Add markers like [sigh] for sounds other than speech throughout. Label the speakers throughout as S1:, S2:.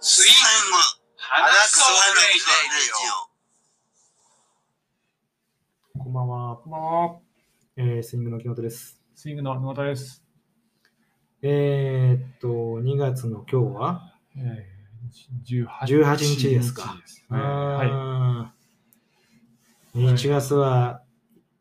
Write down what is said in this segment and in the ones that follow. S1: スイング
S2: 鼻くそ
S1: 花
S2: レイ
S1: 草レ
S2: ディオ。
S3: こんばんは。
S4: こんばんは。
S3: えー、スイングの木本です。
S4: スイングの沼田です。
S3: えー、っと、2月の今日は
S4: えー、
S3: 18日ですか
S4: ねは
S3: はい。
S4: はい
S3: 1月は、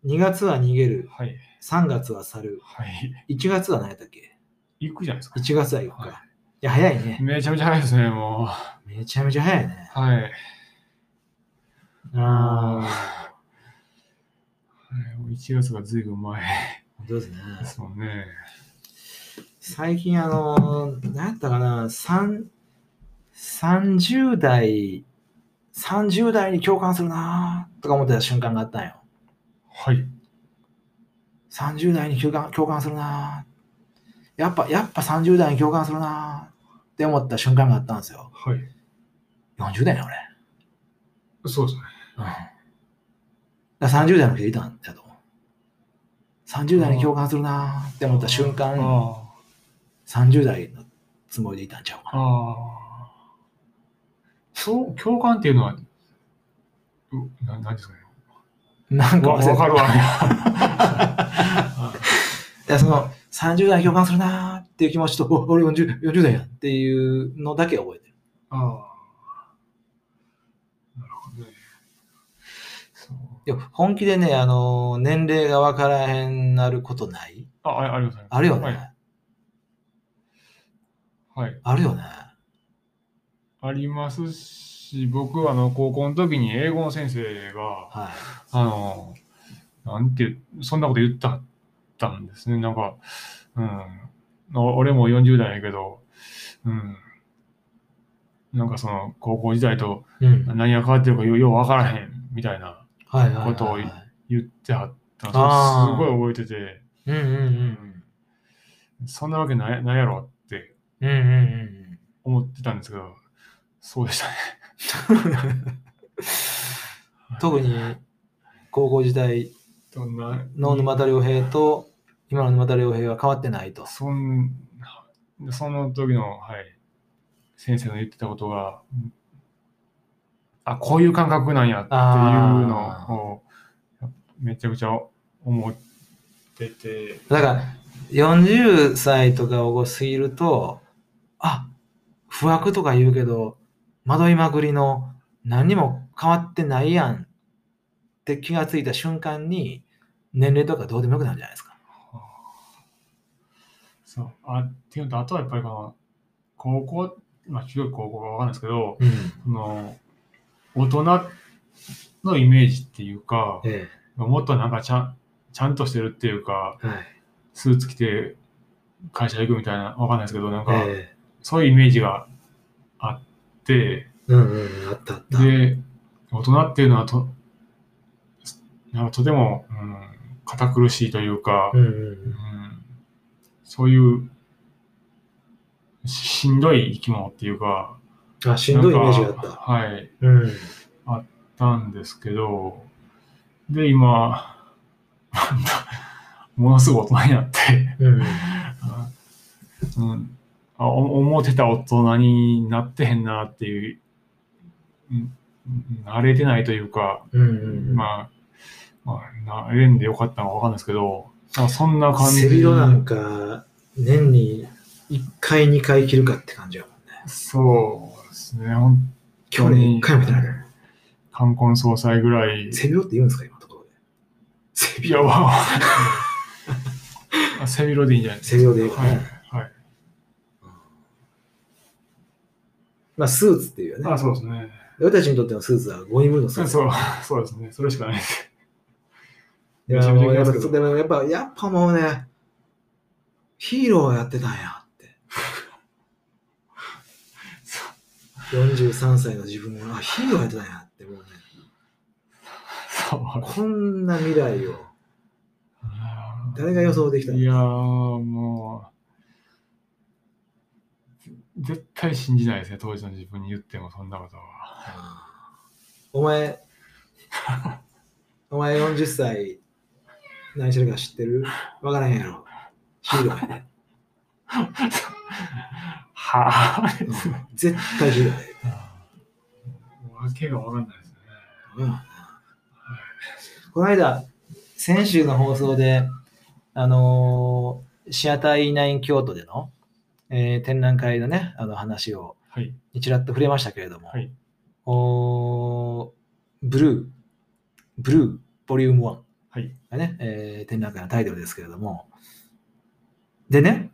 S3: 2月は逃げ
S4: い。
S3: る、
S4: はい。
S3: 3月は去る、
S4: はい。
S3: 1月は何やったっけ
S4: 行くじゃないですか。
S3: ?1 月は4日。
S4: はい
S3: い、や、早いね。
S4: めちゃめちゃ早いですね、もう。
S3: めちゃめちゃ早いね。
S4: はい。
S3: あ
S4: 1月がずいぶん前
S3: ー、どうですね。
S4: ですもんね。
S3: 最近、あのー、何やったかな、三30代、30代に共感するなーとか思ってた瞬間があったんよ。
S4: はい。
S3: 30代に共感共感するなぁやっぱ、やっぱ30代に共感するなぁって思った瞬間があったんですよ。
S4: はい。
S3: 40代ね、俺。
S4: そうですね。
S3: うん。だから30代の人いたんだと思う。30代に共感するなぁって思った瞬
S4: あ
S3: 間、
S4: あ。
S3: 30代のつもりでいたんちゃうかな。
S4: ああ。そう、共感っていうのは、うななんですかね。
S3: なんか
S4: わ
S3: 忘れた
S4: わかるわ。
S3: だからその、30代に共感するなぁっていう気持ちと、 [laughs] お俺 40, 40代やんっていうのだけ覚えてる。
S4: ああ。なるほどね。そう。
S3: いや本気でね、あの、年齢がわからへんなることない
S4: あ、あありがとうございます。
S3: あるよね。
S4: はい。はい
S3: あるよね。
S4: ありますし、僕、あの、高校の時に英語の先生が、
S3: はい。
S4: あの、なんていう、そんなこと言ったったんですね。なんか、うん、お俺も40代やけど、うん、なんかその、高校時代と
S3: うん。
S4: 何が変わってるかよようわからへんみたいな
S3: はいはいはいは
S4: こ
S3: い。
S4: とを言ってはったんです
S3: あー
S4: すごい覚えてて、
S3: うんうんうん。
S4: そんなわけないないやろって
S3: うんうんうん
S4: 思ってたんですけど、そうでしたね。 [laughs]
S3: うん。特に高校時代
S4: どんな
S3: の沼田良平と今の沼田良平は変わってないと。
S4: そんその時の、はい、先生の言ってたことが、あ、こういう感覚なんやっていう
S3: あー
S4: のを、めちゃくちゃ思ってて、
S3: だから40歳とかを過ぎると、あ不惑とか言うけど、惑いまくりの何にも変わってないやんって気がついた瞬間に年齢とかどうでもよくなるんじゃないですか。
S4: そう、あ、っていうのと、あとはやっぱりこの、高校、まあ、広い高校がわかんないですけど、
S3: うん。
S4: その、大人のイメージっていうか、
S3: え
S4: もっとなんかちゃん、ちゃんとしてるっていうか、
S3: え。はい。
S4: スーツ着て会社行くみたいな、わかんないですけど、なんか、
S3: ええ。
S4: そういうイメージがあって、
S3: うんうんうん。あったあった。
S4: で、大人っていうのはと、なんかとても、うん、堅苦しいというか、
S3: うんうんう。
S4: うんん、そういうししんどい生き物っていうか、
S3: あ、しんどいイメージがあ
S4: な
S3: っ
S4: んか
S3: た。
S4: はい、
S3: うん。
S4: なんですけど、で、今、 [laughs] ものすごい大人になって、
S3: うん。
S4: うん、あお思ってた大人になってへんなっていう、うん、慣れてないというか、
S3: うん。あ、
S4: まあ、まあ、慣れんでよかったのかわかんないですけど、なんかそんな感じ。
S3: 背広なんか、年に1回、2回着るかって感じやもんね。
S4: そうですね、ほん
S3: 去年1回も着てない。
S4: 冠婚葬祭ぐらい。
S3: 背広って言うんですか、今のところで。背
S4: いや、
S3: 広。
S4: わ [laughs] あ背広でいいんじゃないです
S3: 背広で言う
S4: か。
S3: か
S4: はい
S3: ね。。
S4: はい。
S3: まあ、スーツっていうよ
S4: あ、
S3: ね。
S4: そうですね。
S3: 俺たちにとってのスーツはゴミムーのス
S4: そ
S3: ー
S4: う、
S3: ツ。
S4: そうですね。それしかないです。
S3: いやもうやっ
S4: めちゃめちゃ
S3: ぱ
S4: 着ますけど
S3: でもやっぱ、やっぱもうね、ヒーローやってたんや
S4: [laughs]
S3: って。43歳の自分は、あ、ヒーローやってたんやって、もうね、
S4: そう。
S3: こんな未来を。誰が予想できたの
S4: いやーもうぜ絶対信じないですね当時の自分に言ってもそんなことは
S3: お前、お前40歳、何してるか知ってるわからへんやろ。ヒーローやね。
S4: は
S3: [laughs]
S4: ぁ、
S3: 絶対10代。
S4: わけがわかんないですね。
S3: この間、先週の放送で、あのーシアター9京都での、えー展覧会のね、あの話を
S4: はい。
S3: ちらっと触れましたけれども、
S4: はい。
S3: おーブルー、ブルー、ボリューム1
S4: はい。
S3: がね、えー展覧会のタイトルですけれども、でね、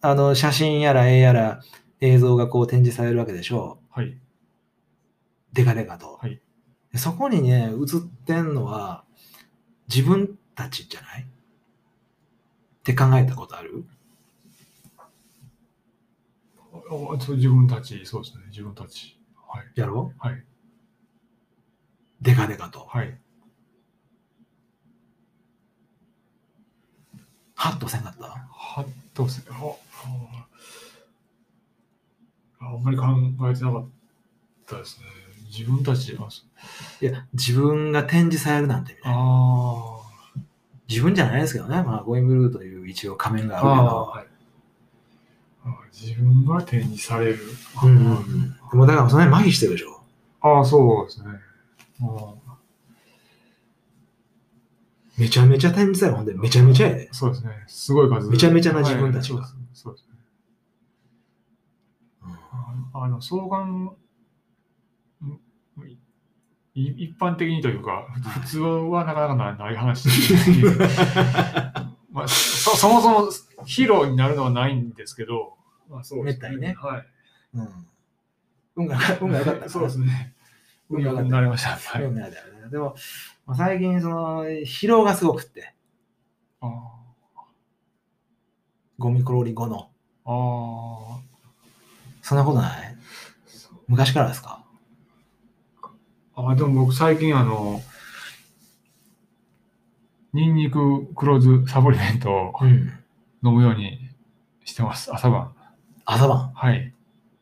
S3: あの写真やら絵やら映像がこう展示されるわけでしょう。
S4: はい。
S3: デカデカと、
S4: はい
S3: でそこにね映ってんのは自分たちじゃないって考えたことある
S4: おそう自分たち、そうですね。自分たち。はい。
S3: やろ
S4: はい。
S3: デカデカと
S4: はい。
S3: ハッとせんかった
S4: は、どうするあああんまり考えてなかったですね。自分たち、あ、そ
S3: いや自分が展示されるなんてみたいな
S4: あ
S3: 自分じゃないですけどね、まあ、ゴインブルーという一応仮面
S4: ー
S3: が
S4: あ
S3: あ
S4: ー、はい。あ自分が展示される。
S3: るけど、うんでもだからその辺麻痺してるでしょ
S4: ああ、そうですね。あ
S3: めちゃめちゃ展示されるほんでめちゃめちゃやで
S4: ーそうですね。すごい数。
S3: めちゃめちゃな自分たちが
S4: はいそうですそうですね。ああの、相関、んい一般的にというか、普通はなかなかなない話ですし [laughs] まあ、そそもそもヒーローになるのはないんですけど、まあ、そうです
S3: めったにね
S4: はい。
S3: うん、うん、運が運が良かったか
S4: [laughs]
S3: ら
S4: そうですね。
S3: 運が良かった
S4: なれました。はい。
S3: 運が良かったよねでも、まあ、最近その疲労がすごくって
S4: あ
S3: ゴミコロリ後の。
S4: あー。
S3: そんなことない
S4: そう
S3: 昔からですか
S4: あ、でも僕最近あの、ニンニク黒酢サプリメントを
S3: うん。
S4: 飲むようにしてます、朝晩。
S3: 朝晩。
S4: はい。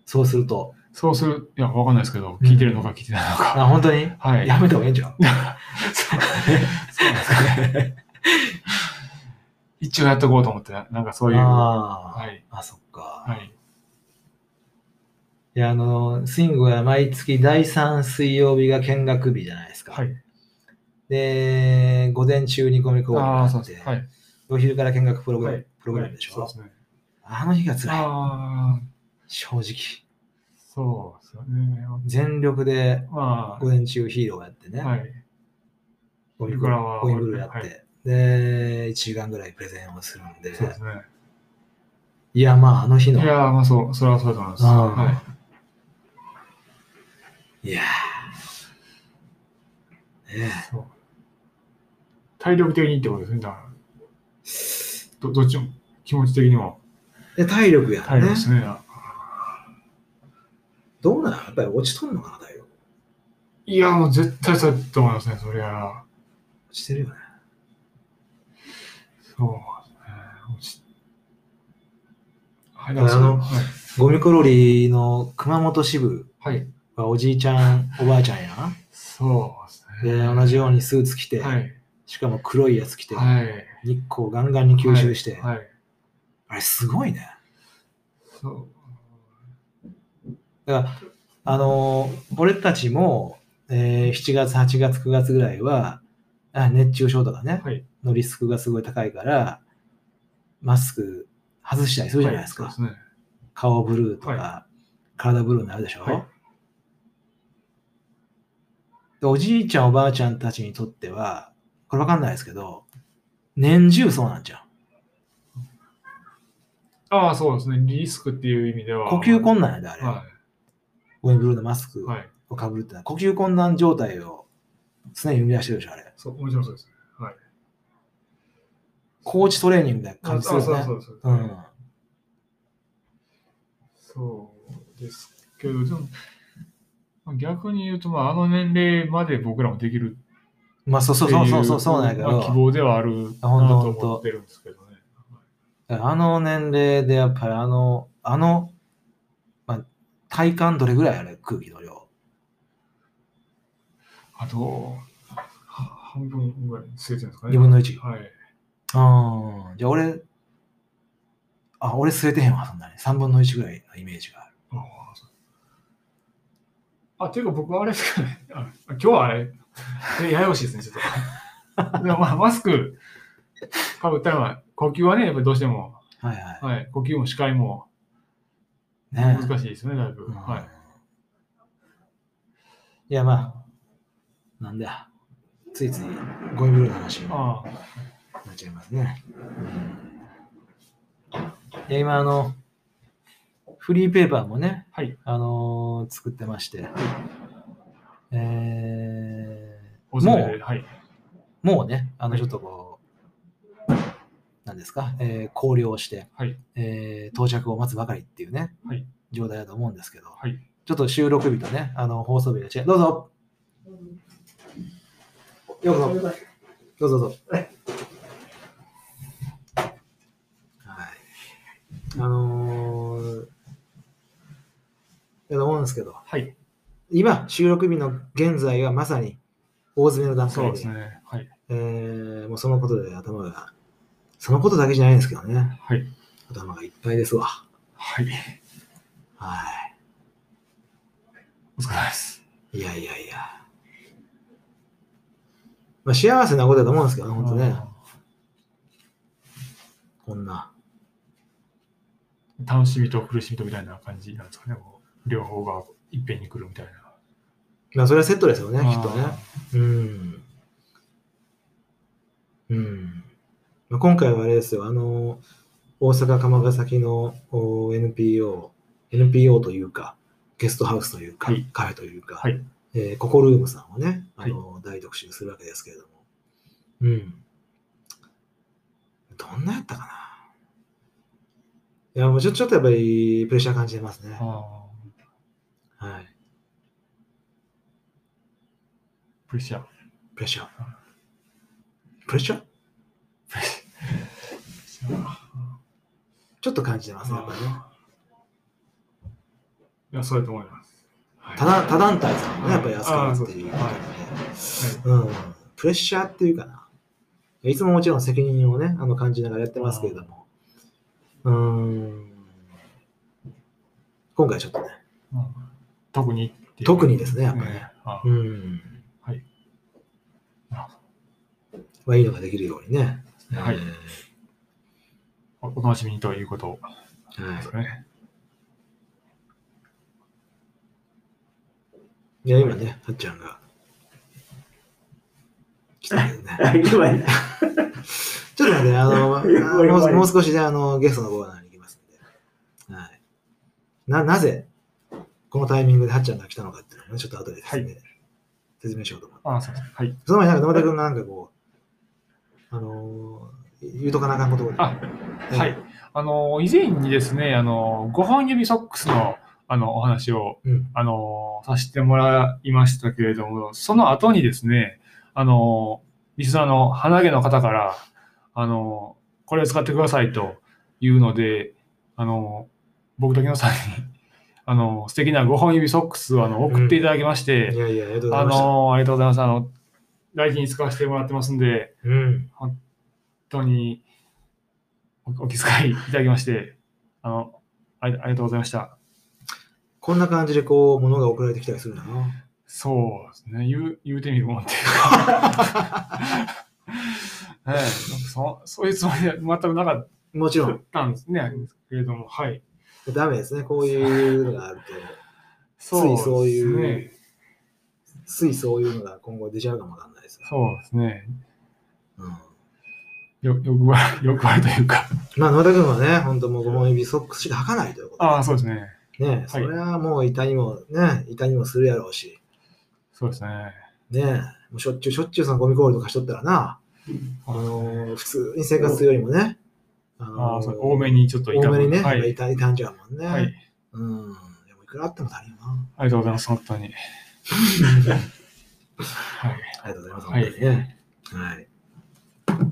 S3: そうすると。
S4: そうする、いや、わかんないですけど、
S3: うん
S4: 聞いてるのか聞いてないのか。
S3: あ、本当に
S4: はい。
S3: やめた方がいいんじゃん。
S4: そうなんですかね [laughs] 一応やっとこうと思って、ななんかそういう。は
S3: ああ、
S4: い。
S3: あ、そっか。
S4: はい。
S3: い、や、あの、スイングは毎月第3水曜日が見学日じゃないですか。
S4: はい。
S3: で、午前中に込み講義が
S4: あ
S3: あ
S4: あ、そう
S3: っ
S4: で
S3: て、
S4: す。はい。
S3: お昼から見学プログラム,、
S4: はい
S3: プログラムでしょ、
S4: そうです
S3: [laughs]
S4: ね。
S3: あの日が辛い。
S4: ああ、
S3: 正直。
S4: そうですよね。
S3: 全力で
S4: ま
S3: 午前中ヒーローやってね。
S4: あ、はい。
S3: ゴミ
S4: 昼
S3: ブ
S4: から
S3: ル
S4: は
S3: ゴミブルやって、
S4: は
S3: で、1時間ぐらいプレゼンをするんで、
S4: そうですね。
S3: いや、まあ、あの日
S4: い
S3: の、
S4: やー、まあそう、それはそうだと思います。
S3: あー
S4: はい。
S3: いやーね
S4: そう体力的にってことですね。だからどどっちも気持ち的にも
S3: えで体力や
S4: 体
S3: ん
S4: 力
S3: ね
S4: ですね。
S3: どうなのやっぱり落ちとんのかな体力
S4: いや、もう絶対そうだと思いますね、そりゃ。
S3: 落ちてるよね
S4: そうですね。落ちはい、
S3: あの
S4: はい
S3: ゴミコロリの熊本支部
S4: はい、
S3: はおじいちゃんおばあちゃんやな
S4: そうですね。
S3: で同じようにスーツ着て、
S4: はい、
S3: しかも黒いやつ着て、
S4: はい。
S3: 日光ガンガンに吸収して、
S4: はい。はい
S3: あれすごいね
S4: そう。
S3: だからあのー俺たちも、えー7月8月9月ぐらいはあ熱中症とかね、
S4: はい
S3: のリスクがすごい高いからマスク外したりするじゃないですか、
S4: はそうですね。
S3: 顔ブルーとか、
S4: は
S3: 体ブルーになるでしょ、
S4: はい
S3: でおじいちゃんおばあちゃんたちにとってはこれわかんないですけど年中そうなんじゃん
S4: ああ、そうですね。リスクっていう意味では。
S3: 呼吸困難やであれ、
S4: は
S3: ゴミブルーのマスク
S4: い。はい。
S3: をかぶるってのは呼吸困難状態を常に生み出してるでしょあれ
S4: そう、もちろんそうですね。
S3: コーチトレーニングみたいな感じするよ
S4: あ
S3: ね
S4: そうそうそうそう。
S3: うん
S4: そうですけど、でもまあ逆に言うと、まあ、あの年齢まで僕らもできる
S3: まあそうそ
S4: っ
S3: う
S4: てい
S3: そううそうそうそうなんやけ
S4: まあ希
S3: ど
S4: 望ではあるなと
S3: あほんと
S4: 思ってるんですけどね。
S3: あの年齢でやっぱりあのあの、まあ、体感どれぐらいあれ空気の量
S4: あと、は半分ぐらい過ぎてるんですかね。
S3: 2分の1
S4: はい。
S3: ああじゃあ俺あ、俺吸えてへんわ、そんなに。3分の1ぐらいのイメージがある。
S4: ああ、ていうか僕はあれですかね。あ今日はあれ、 [laughs] えややこしいですね、ちょっと。でもまあ、マスクかぶったらまあ、呼吸はね、やっぱりどうしても、
S3: はいはい。
S4: はい、呼吸も視界も
S3: ね
S4: 難しいですよね、だいぶ。
S3: うん。
S4: はい
S3: や、まあ、なんだ。ついついゴミ袋の話
S4: い。
S3: にな
S4: あ
S3: っちゃいますね。いや、今、あの、フリーペーパーもね、
S4: はい
S3: あのー作ってまして、え
S4: お
S3: ー、
S4: すすめ
S3: も
S4: で、はい。
S3: う、もうね、あの、
S4: はい
S3: ちょっとこう、なんですか、えー、考慮をして、
S4: はい
S3: えー到着を待つばかりっていうね、
S4: はい
S3: 状態だと思うんですけど、
S4: はい。
S3: ちょっと収録日とね、あの放送日が違う。どうぞ。ようぞ。どうぞどうぞ。はい。あのー、だと思うんですけど、
S4: はい。
S3: 今、収録日の現在はまさに大詰めの段
S4: そう
S3: 階
S4: で
S3: で、
S4: すね。はい。
S3: えーもうそのことで頭が、そのことだけじゃないんですけどね、
S4: はい。
S3: 頭がいっぱいですわ。
S4: はい。
S3: はい。
S4: お疲れ様です。
S3: いやいやいや。まあ、幸せなことだと思うんですけどね、本当ね。こんな。
S4: うん楽しみと苦しみとみたいな感じなんですかね。こう両方がいっぺんに来るみたいな。
S3: まあ、それはセットですよね、き
S4: あ
S3: っと
S4: ー
S3: ね。うん。うん。まあ、今回はあれですよ、あの、大阪釜ヶ崎のお NPO、NPO というか、ゲストハウスというか、
S4: はい
S3: カフェというか、
S4: はい
S3: えーココルームさんをね、あの、大特集するわけですけれども。うん。どんなやったかないや、もうちょちょっとやっぱりプレッシャー感じてますね。
S4: あ
S3: はい。
S4: ープレッシャー。
S3: プレッシャー。プレッシャー
S4: プレッシャー
S3: ちょっと感じてますね、やっぱりね。
S4: いや、そうやと思います。はい
S3: 他団他団体さんもね、やっぱり扱うっていうこ
S4: あーそうはい
S3: とで、うん、プレッシャーっていうかな。いつももちろん責任をね、あの感じながらやってますけれども、うーん、今回ちょっとね、
S4: うん特にっていう
S3: 特にですね、やっぱりね。
S4: ねあー
S3: うん。
S4: はい。
S3: まあ、いいのができるようにね。
S4: はい
S3: え
S4: おお楽しみにということ
S3: ーは
S4: で
S3: い
S4: すかね。
S3: いや、今ね、はっちゃんが来
S4: [laughs]
S3: たけどね。
S1: あ、今や
S3: [laughs] ちょっと待って、あの、あの
S1: い
S3: もうもう少しであのゲストのコーナーに行きますんで。はい。な、なぜ、このタイミングではっちゃんが来たのかっていうのをね、ちょっと後でですね、
S4: は
S3: 説明しようと思って。
S4: あーそうですね。はい。
S3: その前になんか、野田君がなんかこう、あのー、言うとかなあかんことが
S4: あはい。あの、以前にですね、あの、5本指ソックスの、あの、お話を、
S3: うん
S4: あの、させてもらいましたけれども、その後にですね、あの、リスナーの鼻毛の方から、あの、これを使ってくださいというので、あの、僕だけのさんに、あの、素敵な5本指ソックスをあの送っていただきまして、
S3: いやいや、ありがとうござ
S4: あ
S3: いました。
S4: の、ありがとうございます。あの、大事に使わせてもらってますんで、
S3: うん。
S4: 本当におお気遣いいただきまして、あの、ありありがとうございました。
S3: こんな感じでこう、物が送られてきたりするんだな。
S4: そうですね、言う言うてみるもん [laughs] っていうか、ねえそ、そういうつもりは全くなかっ
S3: もちろん、
S4: たんですね、けれども、はい。
S3: ダメですね、こういうのがあると、
S4: そう
S3: ついそう
S4: です
S3: いう
S4: ね。
S3: ついそういうのが今後出ちゃうかもわかんないですよ。
S4: そうですね。
S3: うん
S4: よよくある、 [laughs] よくあるというか。
S3: まあ、野田君はね、本当もう5本指ソックスしか履かないということ
S4: ああ、そうですね。
S3: で。ね、それはもう痛にも、ね、痛にもするやろうし、
S4: そうですね。
S3: ね、もうしょっちゅうしょっちゅうそのゴミ氷とかしとったらな、あのー普通に生活するよりもね、あ
S4: あ
S3: の
S4: あ
S3: ー
S4: そう多めにちょっと
S3: 多めにね、
S4: は
S3: やっぱ
S4: い。
S3: 痛い痛んじゃうもんね。
S4: はい。
S3: うん。でもいくらあっても足りんよな。
S4: ありがとうございます、本当に。はい。
S3: ありがとうございます、
S4: はい
S3: 本当にね。はい。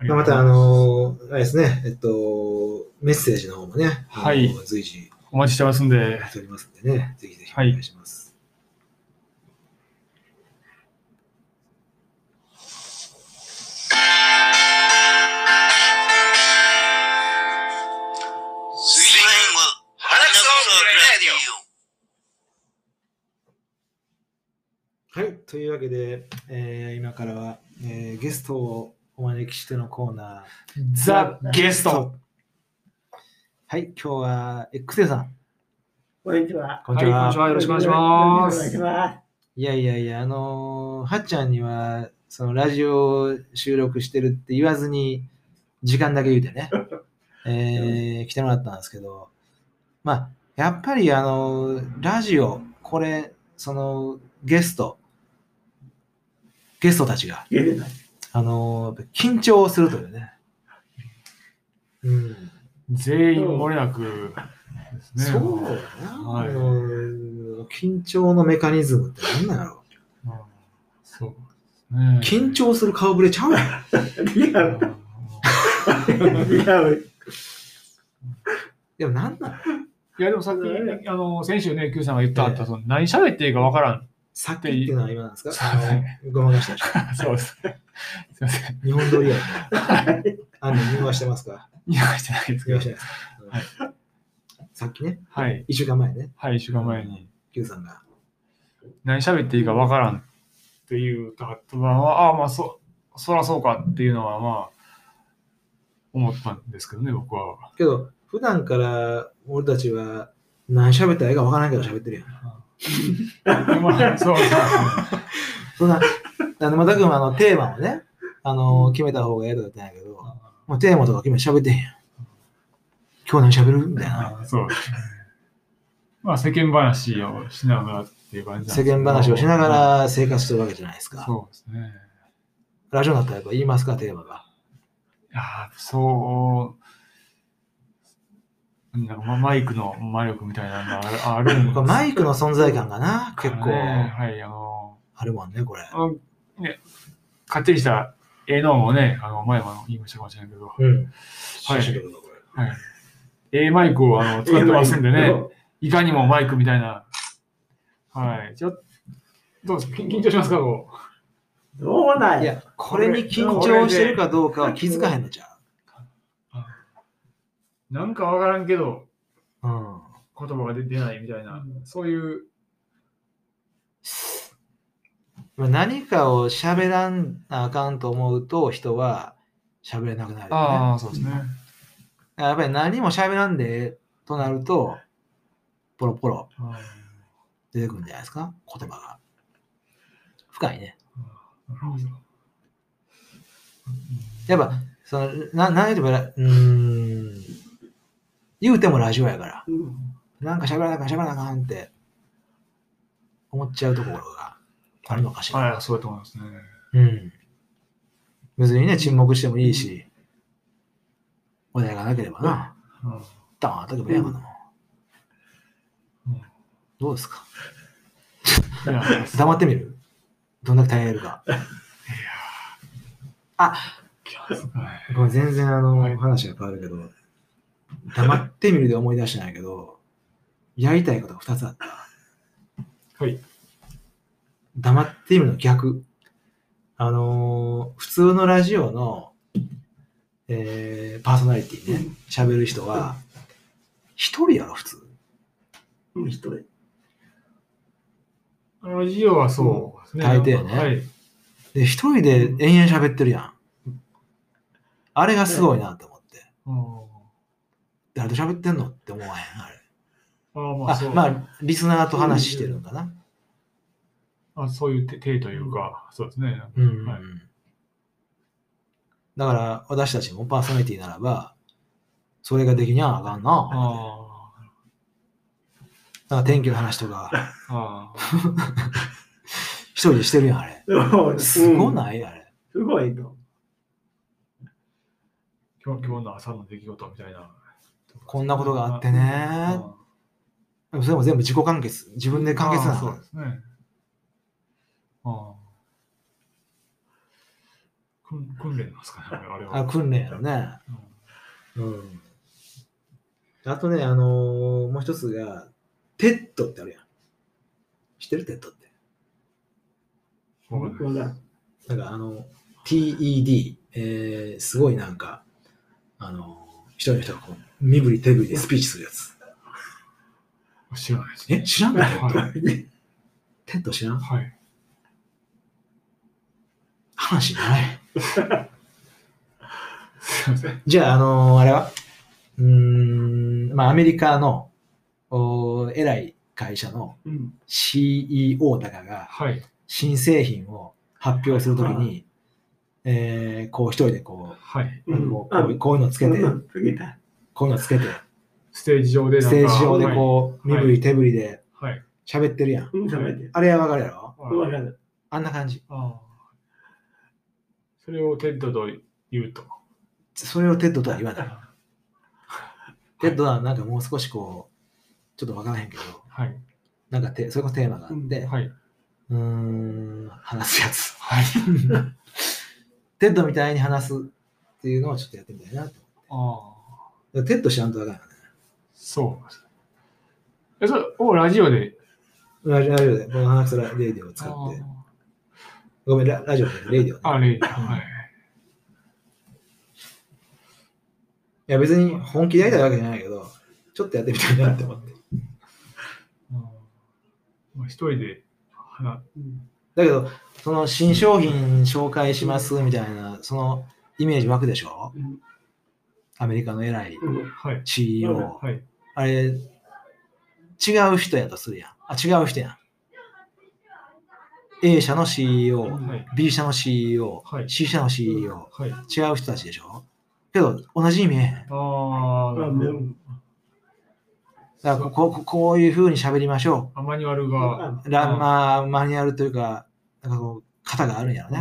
S3: まあ、また、あのーあれですね、えっと、メッセージの方もね、あのー
S4: はい
S3: 随時
S4: お待ちしてますんで、
S3: やっておりますんでね、ぜひぜひお願いします。
S2: 「
S3: わけで、えー今からは、えーゲストをお招きしてのコーナー、
S4: ザ・ゲスト
S3: はい、今日は X さん。
S1: こんにちは。
S3: こんにちは。
S4: はいこんにちはよろしくお願いします
S1: よろしくお願いしま
S3: いやいやいや、あのーはっちゃんには、そのラジオを収録してるって言わずに、時間だけ言う
S4: [laughs]
S3: てね、えー来てもらったんですけど、まあ、やっぱりあのーラジオ、これ、その、ゲスト、ゲストたちが、
S1: す。いえいえ
S3: あのーやっぱ緊張するというね。うん。
S4: 全員漏れなくですね。
S3: そうだな、
S4: はい
S3: あのー緊張のメカニズムって何なんだろ
S4: うんそうですね
S3: う。緊張する顔ぶれちゃうやん。
S1: リアル。リアル。
S3: でも何なん
S4: いや、でもさっき、あの、先週ね、Q さんが言ったあった、その、何喋っていいかわからん。
S3: さっきっていうのは今なんですか
S4: そう
S3: あのごま
S4: [laughs]
S3: かしたでしょ。
S4: そうです。すいません。
S3: 日本撮りやね。あの、見逃してますか
S4: 言い訳してないですけ
S3: 見逃
S4: ど
S3: して。ないですか、さっきね、
S4: はい。
S3: 1週間前ね、
S4: はい、一週間前に。
S3: Q さんが。
S4: 何喋っていいかわからんっていうかったは、ああ、まあ、そ、そらそうかっていうのは、まあ、思ったんですけどね、僕 [laughs] は。
S3: けど、普段から俺たちは何喋ったらいいか分からんけど喋ってるやん。
S4: まあ、そうそう
S3: そ
S4: [laughs]
S3: んな、あの、またくんはあのテーマをね、あの、決めた方がええとか言ってんやけど、もうテーマとか決めて喋ってへんやん。今日何喋るみたいな。
S4: そう。そうですねまあ、世間話をしながらっていう感じなんです
S3: 世
S4: けど
S3: 間話をしなが、ら生活してるわけじゃないですか。
S4: そうですね。
S3: ラジオだったらやっぱ言いますか、テーマが。
S4: ああ、そう。なんかまマイクの魔力みたいなのがあるあるんです
S3: これマイクの存在感がな、
S4: か
S3: 結
S4: ね
S3: 構
S4: はい、あの、
S3: あるもんね、これ。
S4: あのね、かっちりした絵のもね、あの、前も言いましたかもしれないけど、
S3: うん。
S4: はい
S3: 写真とかこれ
S4: はい。A マイクをあの使ってますんでね、
S1: そ
S4: いかにもマイクみたいな。はい。ちょっと、どうですか緊緊張しますかこう
S1: う。どうなん
S3: い
S1: や。
S3: や、これに緊張してるかどうかは気づかへんのじゃ
S4: なんかわからんけど、
S3: う。うん。
S4: 言葉が出出ないみたいな、そういう、
S3: まあ何かを喋らんなあかんと思うと、人は喋れなくなるよね。
S4: ああ、そうですね。
S3: やっぱり何も喋らんでとなると、ポロポロ
S4: あ
S3: 出てくるんじゃないですか、言葉が。深いね。
S4: あなるほど
S3: やっぱ、その、な、何でも、うーん、言うてもラジオやから。
S1: うん
S3: なんか喋らなあかん、喋らなあかんって思っちゃうところがあるのかしら。
S4: はい、そうだと思いますね。
S3: うん。別にね、沈黙してもいいし、お題がなければな、
S4: うん
S3: ダーンとけばええかな
S4: うん。
S3: どうですか
S4: いや、
S3: 黙ってみるどんだけ耐えるか。
S4: はい
S3: ごめん全然あの、
S4: はい
S3: 話が変わるけど、黙ってみるで思い出してないけど、やりたいことが2つあった。
S4: はい。
S3: 黙ってみるの逆。あのー普通のラジオの、えーパーソナリティね、喋る人は、一人やろ、普通。
S1: うん一人。
S4: ラジオはそうですね。
S3: 大抵ね
S4: はい。
S3: で、一人で延々喋ってるやん。あれがすごいなと思って。誰と喋ってんのって思わへん、あれ。
S4: ああ、まあ、そ
S3: あ
S4: う。、
S3: ま
S4: あ、
S3: あ、リスナーと話してるんだな。
S4: そういう手手というか、そうですね。
S3: うんうんうん
S4: はい
S3: だから、私たちもパーソナリティならば、それができにゃあかんな。
S4: あ
S3: なんか天気の話とか、
S4: あ、ああ。
S3: 一人でしてるやん、あれ。
S1: そう
S3: すご
S1: うん
S3: ないあれ。
S1: すごいの。
S4: 今日今日の朝の出来事みたいな。
S3: こんなことがあってね。でもそれも全部自己完結。自分で完結な
S4: ああそう
S3: の
S4: で。すね。ああ。訓訓練なんですかね、あれは。
S3: あ、訓練やろね。
S4: うん
S3: うん。あとね、あのーもう一つが、テッドってあるやん。知ってるテッドって。
S4: わかんないです
S3: なんかあの、TED、えー、すごいなんか、あのー一人の人がこう、身振り手振りでスピーチするやつ。
S4: 知らないです。
S3: え、知らんのテッド
S4: は
S3: テッド知らん
S4: はい。
S3: 話にならへん。
S4: すいません。
S3: じゃあ、あのあれはうーん、まあ、アメリカの、おー偉い会社の
S1: うん。
S3: CEO だかが、
S4: はい。
S3: 新製品を発表するとき
S1: は
S3: に、えー、こう一人でこ
S4: はい。
S3: う、
S1: うん
S3: こう
S1: あ
S3: こういうこういうのつけて、
S1: うん過ぎた。
S3: こういうのつけて、
S4: ステージ上でなん
S3: ス
S4: か、
S3: テージ上でこう、身
S4: はい
S3: 振り手振りで
S4: う、はい。
S3: 喋ってるやん。
S1: うん、食べて。
S3: あれはわかるやろ
S1: わかる。
S3: あんな感じ。
S4: ああそれをテッドと言うと。
S3: それをテッドとは言わない。テッドはなんかもう少しこう、ちょっとわからへんけど、
S4: はい。
S3: なんかてそれこそテーマがあって、
S4: はい。
S3: うーん、話すやつ。 [laughs]
S4: はい。
S3: テッドみたいに話すっていうのをちょっとやってみたいなと。
S4: ああ。
S3: だからテッド知らんとわからんよね。
S4: そうですね。え、それをラジオで
S3: ラジオラジオで、この話すラレイディオを使
S4: 使っ
S3: っ
S4: てて。。
S3: ごめん、ララジオで、レイディオね。
S4: あれ、はい。
S3: いや別に本気でやりたいわけじゃないけど、ちょっとやってみたいなって思って。
S4: うんまあ、一人で話、
S1: うん
S3: だけど、その新商品紹介しますみたいな、そのイメージ湧くでしょ
S1: うん
S3: アメリカの偉い
S1: うん
S4: はい。
S3: CEO。
S4: はい。
S3: あれ、違う人やとするやん。あ、違う人やん。A 社の CEO、
S4: はい。
S3: B 社の CEO、
S4: はい
S3: C 社の CEO、
S4: はい。
S3: 違う人たちでしょけど、同じ意味へん。
S4: ああ、な
S1: あ
S4: るほ
S1: で
S4: ど
S1: も
S3: だからこここういうふうに喋りましょ
S4: あマニュアルが。
S1: あ
S3: う。ラ
S4: うん
S3: まあ、マニュアルというか、なんかこう、型があるんやろね。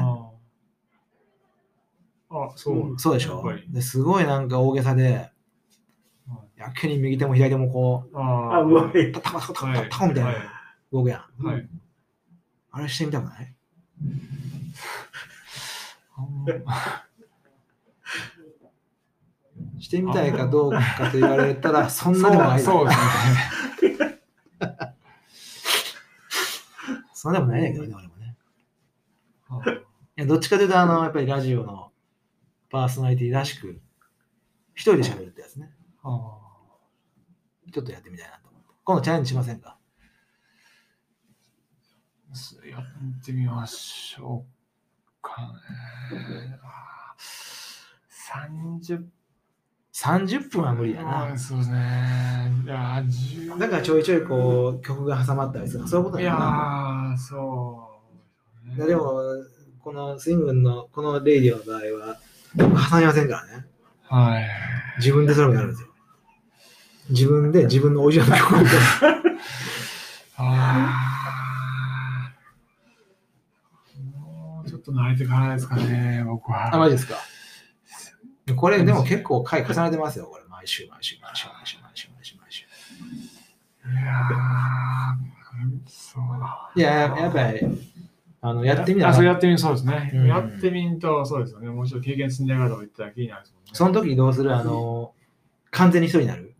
S4: あーあ、そう。
S3: そうでしょ、
S4: やっぱり
S3: ですごいなんか大げさで、やけに右手も左手もこ
S4: あ
S1: あ、うまい。
S3: う、タコタコタコ
S4: は
S3: タコ
S4: い。
S3: タコみたい
S4: は
S3: な動くや
S4: い。
S3: ん。
S4: はい。
S3: あれしてみたくないしてみたいかどうかと言われたら、 [laughs] そんなでもない
S4: そうそうですね。
S3: そんなでもないんだけどね、俺もね。
S4: あ
S3: いやどっちかというと、あの、やっぱりラジオのパーソナリティらしく、一人で喋るってやつね。
S4: あ
S3: ちょっとやってみたいなと思って。今度チャレンジしませんか
S4: すやってみましょうかね。あー30
S3: ?30 分は無理や
S4: あー
S3: な。
S4: そうですね。いやー、10
S3: だからちょいちょいこう、曲が挟まったりする。そういうこと
S4: い
S3: だ
S4: や
S3: よな。
S4: ー、そう
S3: いやで、も、このスイングの、このレイディオの場合は、挟みませんからね。
S4: はい。
S3: 自分でそれもやるんですよ。自分で自分のオリジナルの曲を歌う。
S4: あーもうちょっと慣れてからですかね、僕は。
S3: あ、マジですか。これ、でも結構回重ねてますよ、これ。毎週、毎週、毎週、毎週、毎週、毎週、毎週。
S4: いやー、そうだ。
S3: いや、ややっぱり、あの、やってみた
S4: あ、そう
S3: ら、
S4: やってみる、そうですね。
S3: うん
S4: やってみんと、そうですよね。もうちょっと経験積んでからとか言ったら気になるですもんね。
S3: その時どうするあの、完全に一人になる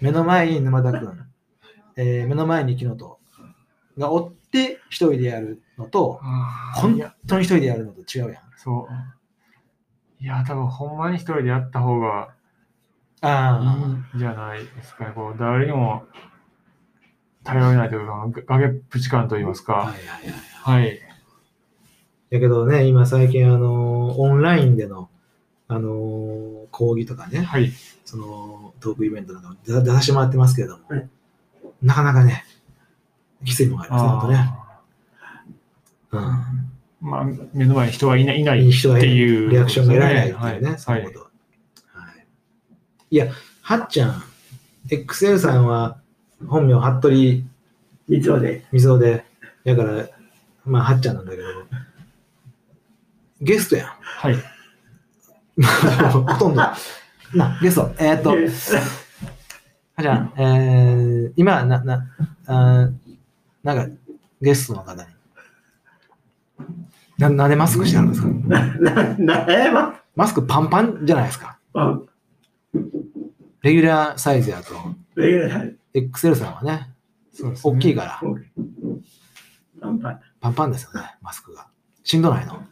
S3: 目の前に沼田くん、えー目の前に木野とがおって一人でやるのと、
S4: あーい
S3: 本
S4: や、
S3: 当に一人でやるのと違うやん。
S4: そう。いや、多分ほんまに一人でやった方がい
S3: ああ、
S4: いんじゃないですかね。こう、誰にも頼れないというか、崖っぷち感といいます
S3: はい
S4: か。
S3: はいはい。
S4: はい。
S3: だけどね、今最近、あの、オンラインでの、あの、講義とかね、
S4: はい。
S3: そのトークイベントなんかも出出させてもらってますけれども、
S1: はい
S3: なかなかね、きついものがありますね、本当ね。
S4: あー
S3: うん
S4: まあ、目の前に人がいないいない
S3: いい
S4: っ
S3: 人がい
S4: て
S3: ない
S4: いう、
S3: リアクションが得られないっていうね、そ
S4: は
S3: の
S4: い。は
S3: こ
S4: い
S3: とは、はいいや、はっちゃん、XL さんは本名、服部
S1: 以上で。
S3: 溝で、だから、まあ、はっちゃんなんだけど、ゲストや [laughs] ん。
S4: はい。
S3: ほとんど。な、ゲスト、えーっと、
S1: で
S3: じゃあ、えー、今、な、な、あーなんか、ゲストの方に。な、なんでマスクしてあるんですか
S1: な、な、な、え、ま、
S3: マスクパンパンじゃないですか。
S1: あ、
S3: レギュラーサイズやと、
S1: レギュラー
S3: XL さんはね、
S4: そうですね。
S3: 大きいから、
S1: オーケーパンパン。
S3: パンパンですよね、マスクが。しんどないの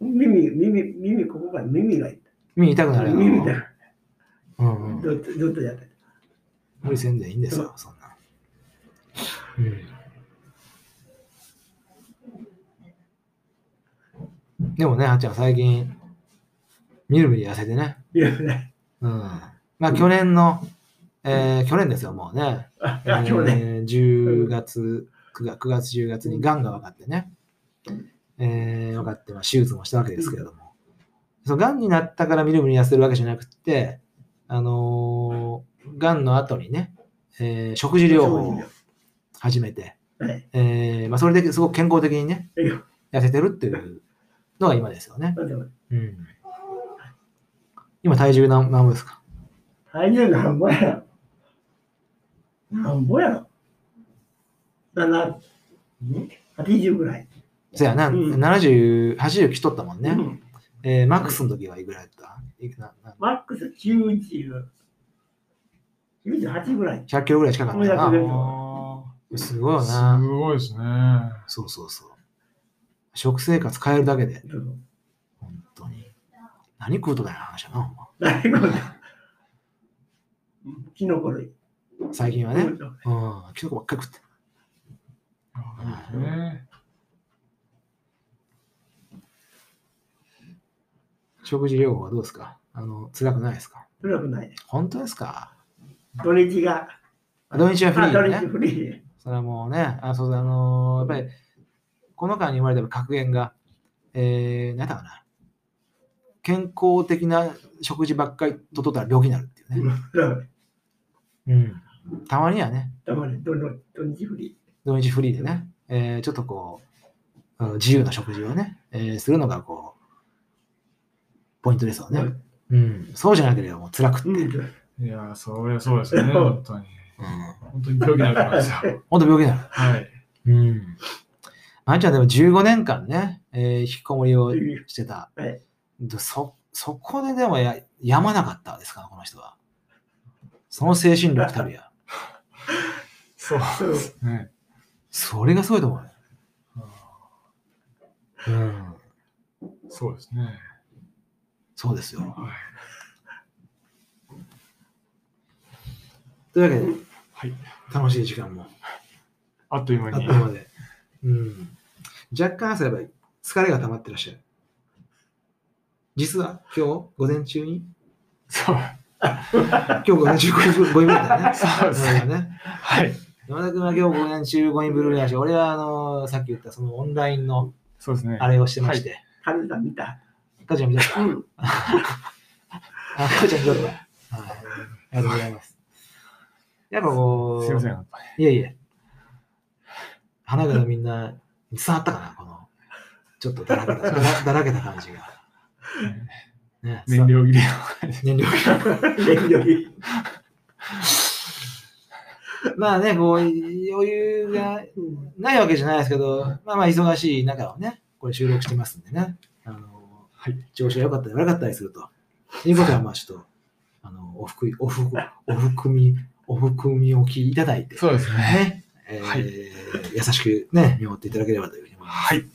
S1: 耳、耳、耳、ここが耳が痛。
S3: 耳痛くないる
S1: 耳
S3: の
S1: だ。
S3: うんうん。
S1: ずっと、ずっとやって
S3: 無理せんでいいんですよ、そんな。うん。でもね、あっちゃん最近、みるみる痩せてね。
S1: いやね。
S3: うん。まあ去年の、えー去年ですよ、もうね。
S1: あ、
S3: えー
S1: 去年。
S3: 10月、9月、9月、10月にがんが分かってね。えー分かって、まあ、手術もしたわけですけれども。そう、がんになったからみるみる痩せるわけじゃなくって、あのー、がんの後にね、えー食事療法を始めて、
S1: はい。
S3: えーまあ、それですごく健康的にね、
S1: いや
S3: 痩せてるっていうのが今ですよね。
S1: 待って待って
S3: うん、今体重何何分ですか
S1: 体重なんぼやろ。なんぼやろ。だな、80ぐらい。
S3: そやな、
S1: うん
S3: 70、80来とったもんね。
S1: うん
S3: えーマックスの時はいくらやったいくなな
S1: マックス90、98ぐらい。
S3: 100キロぐらいしかなかった
S1: う
S3: な。
S1: ん
S4: あ
S3: すごいよ
S4: ーす
S3: な。
S4: ごいですね。
S3: そうそうそう。食生活変えるだけで、
S1: そう
S3: 本当に。何食うとかいう話やな、ほんま
S1: 大根だ。キノコ類。
S3: 最近はね。うん、キノコばっかり食って。
S4: あーいいですね
S3: 食事療法はどうですかあの、辛くないですか
S1: 辛くない。
S3: 本当ですか
S1: 土日が。
S3: あ土日はフリ
S1: あ、土
S3: ー
S1: 日
S3: ね。
S1: フリー。
S3: それはもうね、あ、そうだ、あのーやっぱり、この間に生まれた格言が、えー、何だかな。健康的な食事ばっかりととったら病気になるっていうね。うん。たまにはね、
S1: たまに土土日フリ
S3: 土日フリーでね、えーちょっとこう、うん自由な食事をね、えーするのがこう、ポイントですよ
S1: ー。
S3: ね。うん。そうじゃなければもう辛くって。う
S1: う
S3: んん。
S4: いやー、そりゃそうですよね、本当に。本当に病気になるからです [laughs] よ。
S3: ほんと病気になる。
S4: はい。
S3: うん。まいちゃんでも15年間ね、えー引きこもりを
S1: うん
S3: してた。
S1: はい
S3: でそ、そこででもや、やまなかったですから、この人は。その精神力たるや。
S4: そうですね。
S3: それがすごいと思うよ。うん。
S4: そうですね。
S3: そうですよ。
S4: はい
S3: というわけで、
S4: はい。
S3: 楽しい時間も
S4: あっという間
S3: あっと
S4: に
S3: いう。間で。うん。若干すれば疲れが溜まってらっしゃる。実は今日午前中に、
S4: そう。
S3: 今日午前中5人分だよね。
S4: [laughs] そうですね
S3: そうだね。
S4: はい。
S3: 山田君は今日午前中5人ブルーだし、俺はあのさっき言ったそのオンラインの
S4: そうですね。
S3: あれをしてまして。
S1: カルタ見た。 [laughs]
S3: 母ちゃん見たか [laughs]
S1: うん。
S3: あ、母ちゃん見たか。はい。ありがとうございます。やっぱこう、
S4: すいません、やっぱり。
S3: いえいえ。花形みんな、伝わったかなこの、ちょっとだらけた、だらだらけた感じが。ね、
S4: 燃
S3: [laughs]
S4: 料切れを。
S3: 燃料
S1: 連休
S3: [laughs] まあね、こう、余裕が
S1: うん
S3: ないわけじゃないですけど、まあまあ忙しい中をね、これ収録してますんでね、あの、
S4: はい
S3: 調子が良かったり悪かったりすると。いうことは、まあちょっと、あの、お含み、お含み、お含み、お含みおきいただいて、
S4: そうですね。
S3: ね、えー
S4: はい
S3: 優しくね、見守っていただければというふうに思います。
S4: はい。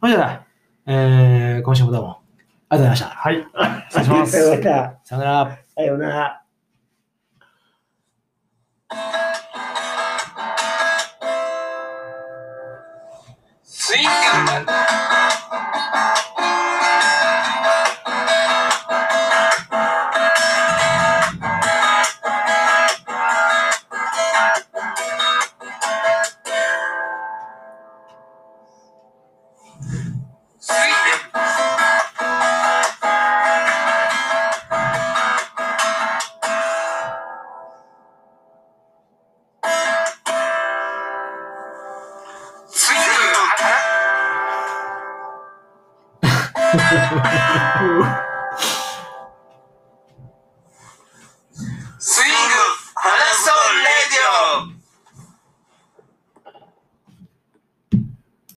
S3: ほいじゃあ、えー、今週もどうもありがとうございました。
S4: はい。失礼します
S1: さようなら。
S3: さよなら。
S1: さようなら。
S2: スイカマン。スイカスイカマン。
S1: うん